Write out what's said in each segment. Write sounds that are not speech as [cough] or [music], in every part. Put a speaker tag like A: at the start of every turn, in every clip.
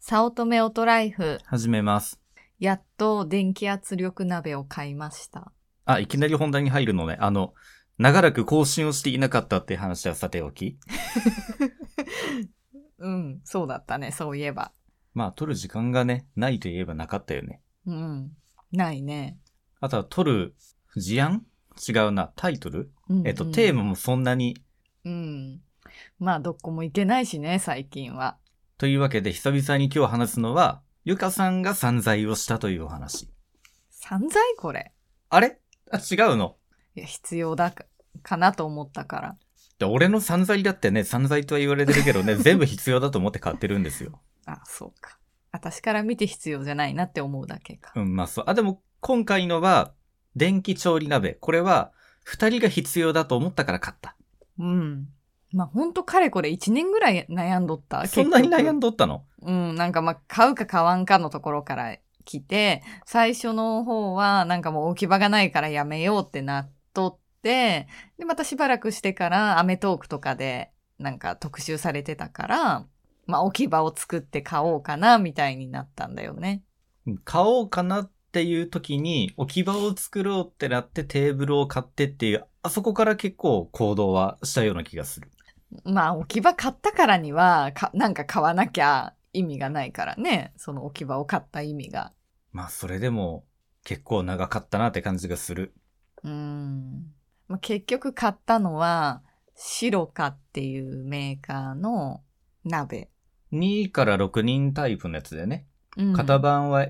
A: 早乙女オトライフ、
B: 始めます。
A: やっと電気圧力鍋を買いました。
B: あ、いきなり本題に入るのね。あの、長らく更新をしていなかったって話はさておき。
A: うん、そうだったね、そういえば。
B: まあ、撮る時間がね、ないといえばなかったよね。
A: うん、ないね。
B: あとは撮る事案違うな。タイトル、えっと、テー
A: マ。
B: マもそんなに。
A: うん。まあ、どこも行けないしね、最近は。
B: というわけで、久々に今日話すのは、ゆかさんが散財をしたというお話。
A: 散財これ。
B: あれあ、違うの。
A: いや、必要だかかなと思ったから。
B: で俺の散財だってね、散財とは言われてるけどね、全部必要だと思って買ってるんですよ。
A: あ、そうか。私から見て必要じゃないなって思うだけか。
B: うん、まあそう。あ、でも、今回のは、電気調理鍋。これは、二人が必要だと思ったから買った。
A: うん。まあ、ほんとかれこれ1年ぐらい悩んどった。
B: そんなに
A: 結局
B: 悩んどったの
A: うん、なんかまあ、買うか買わんかのところから来て、最初の方はなんかもう置き場がないからやめようってなっとって、で、またしばらくしてからアメトークとかでなんか特集されてたから、まあ置き場を作って買おうかなみたいになったんだよね。
B: うん買おうかなっていう時に、置き場を作ろうってなってテーブルを買ってっていう、あそこから結構行動はしたような気がする。
A: まあ置き場買ったからには、かなんか買わなきゃ意味がないからね。その置き場を買った意味が。
B: まあそれでも、結構長かったなって感じがする。
A: うーん。まあ、結局買ったのは、シロカっていうメーカーの鍋。
B: 2から6人タイプのやつでね。
A: うん、
B: 型番は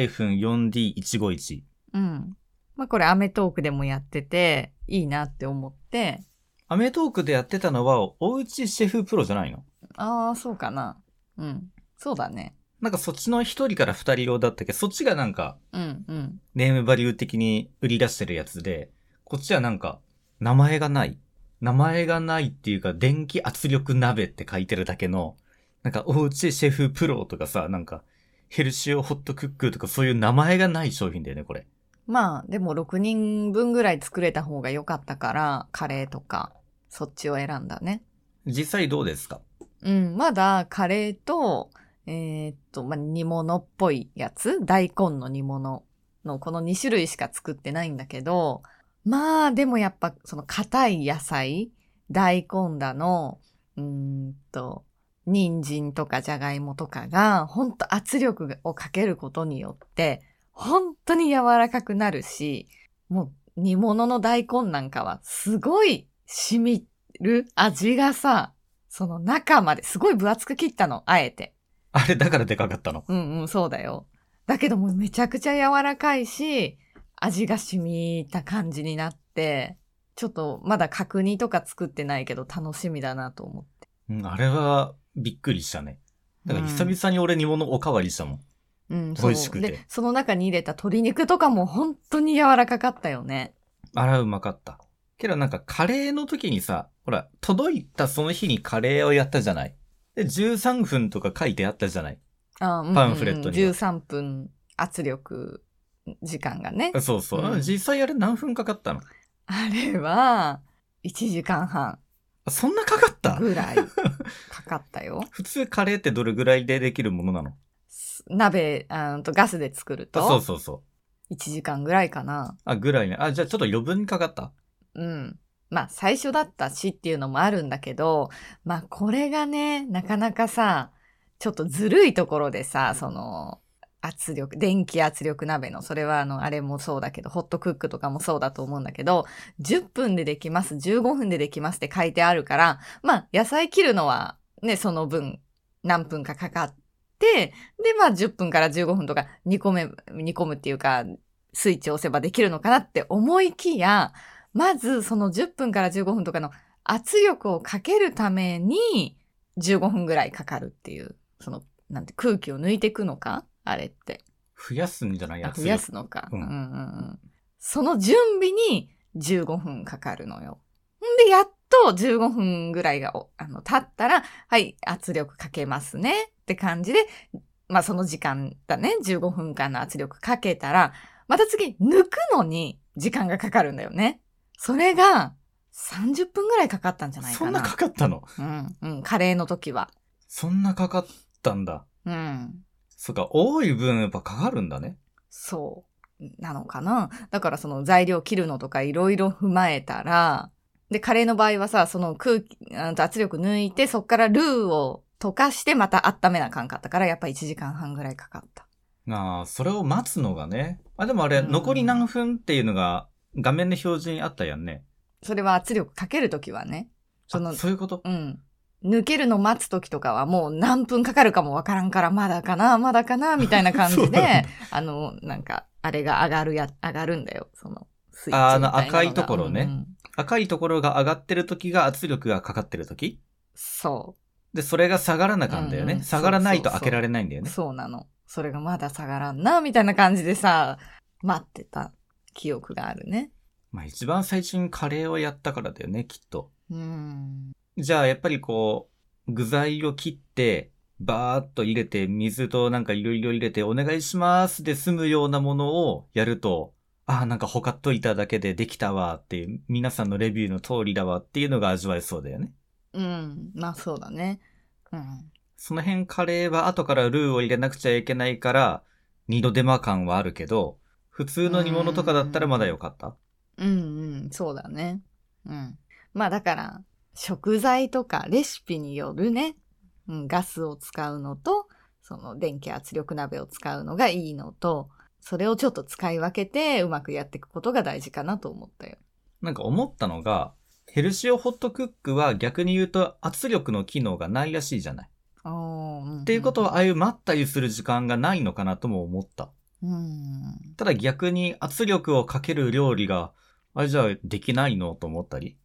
B: SP-4D151。
A: うん。まあ、これアメトークでもやってて、いいなって思って、
B: アメトークでやってたのは、おうちシェフプロじゃないの
A: ああ、そうかな。うん。そうだね。
B: なんかそっちの一人から二人用だったけど、そっちがなんか
A: うん、うん。
B: ネームバリュー的に売り出してるやつで、こっちはなんか名前がない。名前がないっていうか電気圧力鍋って書いてるだけの、なんかおうちシェフプロとかさ、なんかヘルシオホットクックとかそういう名前がない商品だよね、これ。
A: まあ、でも6人分ぐらい作れた方が良かったから、カレーとか、そっちを選んだね。
B: 実際どうですか
A: うん、まだカレーと、えーっと、まあ、煮物っぽいやつ大根の煮物のこの2種類しか作ってないんだけど、まあでもやっぱその硬い野菜、大根だの、うーんと、人参とかじゃがいもとかが、ほんと圧力をかけることによって、本当に柔らかくなるし、もう煮物の大根なんかはすごい染みる味がさ、その中まですごい分厚く切ったの、あえて。
B: あれだからでかかったの。
A: うんうん、そうだよ。だけどもうめちゃくちゃ柔らかいし、味が染みた感じになって、ちょっとまだ角煮とか作ってないけど楽しみだなと思って。
B: うん、あれはびっくりしたね。だから久々に俺煮物おかわりしたもん。
A: うん、
B: 美味しくて
A: そうで、その中に入れた鶏肉とかも本当に柔らかかったよね。
B: あら、うまかった。けどなんかカレーの時にさ、ほら、届いたその日にカレーをやったじゃない。で、13分とか書いてあったじゃない。
A: あうんうんうん
B: パンフレットには
A: 13分圧力時間がね。
B: そうそう。
A: うん
B: 実際あれ何分かかったの
A: あれは、1時間半
B: あそんなかかった
A: ぐらいかかった
B: [laughs]
A: よ。
B: 普通カレーってどれぐらいでできるものなの
A: す鍋、あーとガスで作る
B: あそう
A: と、
B: そうそう。
A: 1時間ぐらいかな。
B: あ、ぐらいね。あ、じゃあちょっと余分にかかった。
A: うん。まあ、最初だったしっていうのもあるんだけど、まあ、これがね、なかなかさ、ちょっとずるいところでさ、その、圧力、電気圧力鍋の、それはあの、あれもそうだけど、ホットクックとかもそうだと思うんだけど、10分でできます、15分でできますって書いてあるから、まあ、野菜切るのは、ね、その分、何分かかかって、で、まあ、10分から15分とか、煮込め、煮込むっていうか、スイッチを押せばできるのかなって思いきや、まず、その10分から15分とかの圧力をかけるために、15分ぐらいかかるっていう、その、なんて、空気を抜いていくのかあれって。
B: 増やすんじゃない
A: あ
B: やつ。
A: 増やすのか、
B: うん
A: うんうんうん。その準備に15分かかるのよ。んで、やっと15分ぐらいがおあの経ったら、はい、圧力かけますねって感じで、まあその時間だね、15分間の圧力かけたら、また次、抜くのに時間がかかるんだよね。それが30分ぐらいかかったんじゃない
B: そ
A: か
B: ん
A: な。
B: なかかったの
A: うん、うん、カレーの時は。
B: そんなかかっったんだ。
A: うん。
B: そっか、多い分やっぱかかるんだね。
A: そう。なのかなだからその材料切るのとかいろいろ踏まえたら、で、カレーの場合はさ、その空気、あの圧力抜いて、そっからルーを溶かしてまた温めなあかんかったから、やっぱ1時間半ぐらいかかった。
B: ああ、それを待つのがね。あ、でもあれ、
A: うん
B: 残り何分っていうのが画面の表示にあったやんね。
A: それは圧力かけるときはね、そ
B: そ
A: の
B: そういうこと
A: うん。抜けるの待つときとかはもう何分かかるかもわからんから、まだかな、まだかな、みたいな感
B: [laughs] そう
A: じ
B: なんだ
A: で、あの、なんか、あれが上がるや、上がるんだよ、その、スイッチみたいなのが。
B: ああの赤いところね
A: うんうん
B: 赤いところが上がってる時が圧力がかかってる時
A: そう。
B: で、それが下がらなかんだよね。
A: うんうん
B: 下がらない
A: そ
B: と
A: うそうそ
B: 開
A: う
B: けられないんだよね。
A: そうなの。それがまだ下がらんな、みたいな感じでさ、待ってた記憶があるね。
B: まあ一番最初にカレーをやったからだよね、きっと。
A: うん。
B: じゃあやっぱりこう、具材を切って、バーっと入れて、水となんかいろいろ入れて、お願いしますで済むようなものをやると、ああ、なんかほかっといただけでできたわっていう、皆さんのレビューの通りだわっていうのが味わえそうだよね。
A: うん。まあそうだね。うん。
B: その辺カレーは後からルーを入れなくちゃいけないから、二度手間感はあるけど、普通の煮物とかだったらまだよかった。
A: うんうん。そうだね。うん。まあだから、食材とかレシピによるね、うん、ガスを使うのと、その電気圧力鍋を使うのがいいのと、それをちょっと使い分けてうまくやっていくことが大事かなと思ったよ。
B: なんか思ったのが、ヘルシオホットクックは逆に言うと圧力の機能がないらしいじゃない。
A: おー。っ
B: っていうことは、ああいう待ったりする時間がないのかなとも思った。
A: うん。
B: ただ逆に圧力をかける料理が、あれじゃあできないのと思ったり。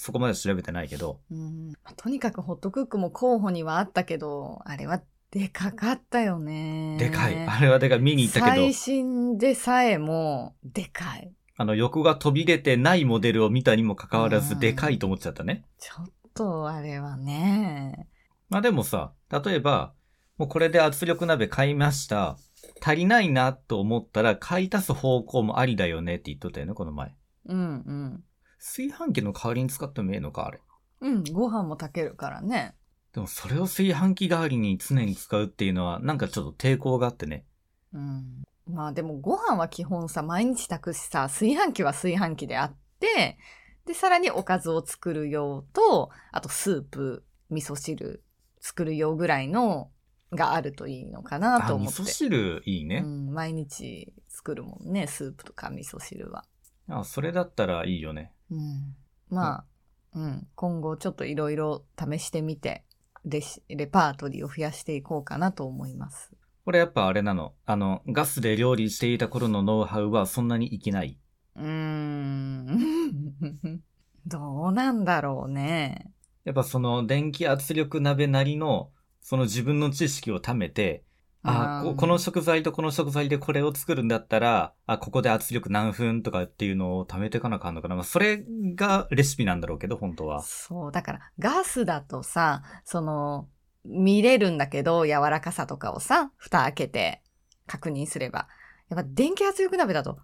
B: そこまで調べてないけど。
A: うんまあとにかくホットクックも候補にはあったけど、あれはでかかったよね。
B: でかい。あれはでかい。見に行ったけど
A: 最、新でさえもでかい。
B: あの横が飛び出てないモデルを見たにもかかわら
A: う
B: ず
A: ん
B: でかいと思っちゃったね。
A: ちょっとあれはね。
B: まあでもさ、例えば、もうこれで圧力鍋買いました。足りないなと思ったら買い足す方向もありだよねって言っとったよね、この前。
A: うん
B: 炊飯器の代わりに使ってもええのか、あれ。
A: うん。うん、ご飯も炊けるからね。
B: でもそれを炊飯器代わりに常に使うっていうのはなんかちょっと抵抗があってね。
A: うん。まあでもご飯は基本さ、毎日炊くしさ、炊飯器は炊飯器であって、で、さらにおかずを作る用と、あとスープ、味噌汁作る用ぐらいのがあるといいのかなと思っ
B: 味噌
A: て。
B: 汁いいね
A: う、ん、毎日作るもんねスープとか味噌汁は、
B: あ。それだったらいいよね。
A: うん、まあ、うん今後ちょっといろいろ試してみてレシレパートリーを増やしていこうかなと思います
B: これやっぱあれなの。あの、ガスで料理していた頃のノウハウはそんなに生きない。
A: うーん [laughs] どうなんだろうね
B: やっぱその電気圧力鍋なりのその自分の知識を貯めて、あ
A: うん
B: こ、この食材とこの食材でこれを作るんだったら、あ、ここで圧力何分とかっていうのを貯めていかなあかんのかな。まあ、それがレシピなんだろうけど、本当は。
A: そうだからガスだとさその見れるんだけど柔らかさとかをさ蓋開けて確認すればやっぱ電気圧力鍋だと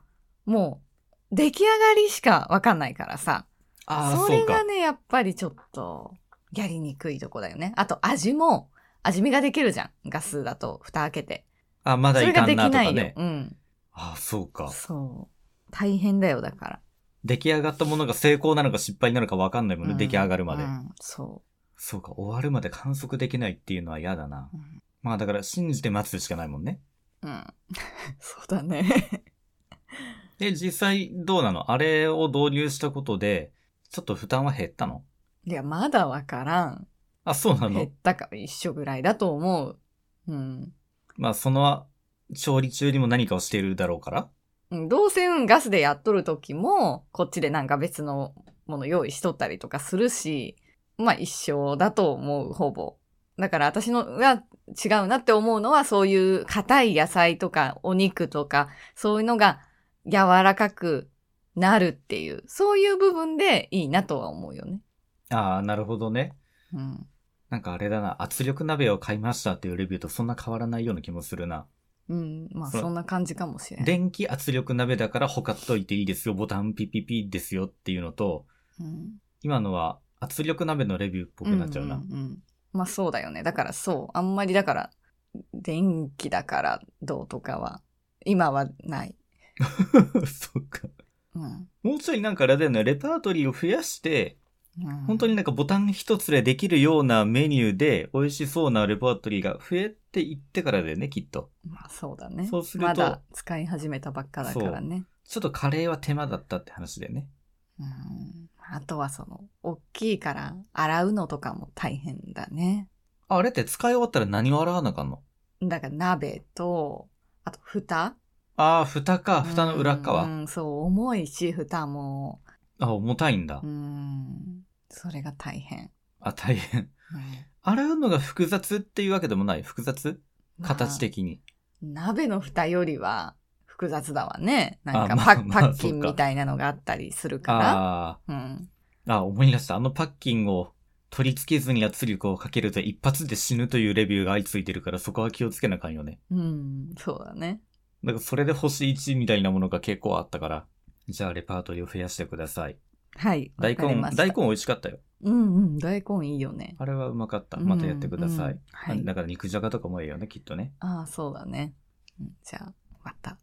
A: もう出来上がりしかわかんないからさ
B: ああ、
A: そ
B: そ
A: れ
B: うか
A: が。ねやっぱりちょっとやりにくいとこだよねあと味も味見ができるじゃんガスだと蓋開けて
B: あ、ま
A: そ
B: だ
A: れ
B: い
A: が
B: か
A: で
B: ん
A: き
B: なと
A: ない
B: か
A: よ、
B: ね。
A: うん
B: ああ、そうか。
A: そう大変だよだから
B: 出来上がったものが成功なのか失敗なのか分かんないもんね、
A: うん
B: 出来上がるまで、
A: うんそ
B: そうか、終わるまで観測できないっていうのは嫌だな。
A: う、
B: まあだから信じて待つしかないもんね。
A: うんうん、 [laughs] そうだね
B: で、実際どうなのあれを導入したことで、ちょっと負担は減ったの
A: いや、まだわからん。
B: あ、そうな
A: 減
B: の
A: ったか一緒ぐらいだと思う。うん。
B: まあその調理中にも何かをしているだろうから
A: うんどうせうんガスでやっとる時も、こっちでなんか別のもの用意しとったりとかするし、まあ一緒だと思う、ほぼ。だから私のが違うなって思うのは、そういう硬い野菜とかお肉とか、そういうのが柔らかくなるっていう、そういう部分でいいなとは思うよね。
B: ああ、なるほどね。
A: うん。
B: なんかあれだな、圧力鍋を買いましたっていうレビューとそんな変わらないような気もするな。
A: うん。まあ
B: そう
A: そんな感じかもしれない。
B: 電気圧力鍋だからほかっといていいですよ、ボタンピピピですよっていうのと、
A: うん
B: 今のは圧力鍋のレビューっぽくなっちゃうな。
A: んんんまあそうだよねだからそうあんまりだから電気だからどうとかは、今はない。
B: [laughs] そっか。
A: うん。
B: もうちょいなんかあれだよね、レパートリーを増やして、
A: うん、
B: 本当になんかボタン一つでできるようなメニューで美味しそうなレパートリーが増えていってからだよね、きっと。
A: まあそうだね。
B: そうすると
A: まだ使い始めたばっかだからね。
B: ちょっとカレーは手間だったって話だよね。
A: うん。あとはその、大きいから洗うのとかも大変だね。
B: ああれって使い終わったら何を洗わなあかんの
A: だから鍋と、あと蓋
B: ああ、蓋か。蓋の裏
A: う
B: 側。
A: ん、そう、重いし、蓋も。
B: あ、重たいんだ
A: う。ん。それが大変。
B: あ、大変。洗うのが複雑っていうわけでもない。複雑
A: うん
B: 形。的に。
A: まあ鍋の蓋よりは複雑だわね。なんかパ,、
B: あまあ [laughs] まあ
A: パッキンみたいなのがあったりするか
B: あ
A: ら。うん。
B: あ。あ、思い出した。あのパッキンを取り付けずに圧力をかけると一発で死ぬというレビューが相次いでるからそこは気をつけなあかんよね。
A: うん、そうだね。
B: だからそれで星1みたいなものが結構あったから。じゃあレパートリーを増やしてください。
A: はい。わ
B: 大
A: かり
B: 根
A: ま、した
B: 大根美味しかったよ。
A: うんうん、大根いいよね。
B: あれはうまかった。またやってください。
A: うんうんはい。
B: だから肉じゃがとかもええよね、きっとね。
A: ああ、そうだね。うんじゃあ、また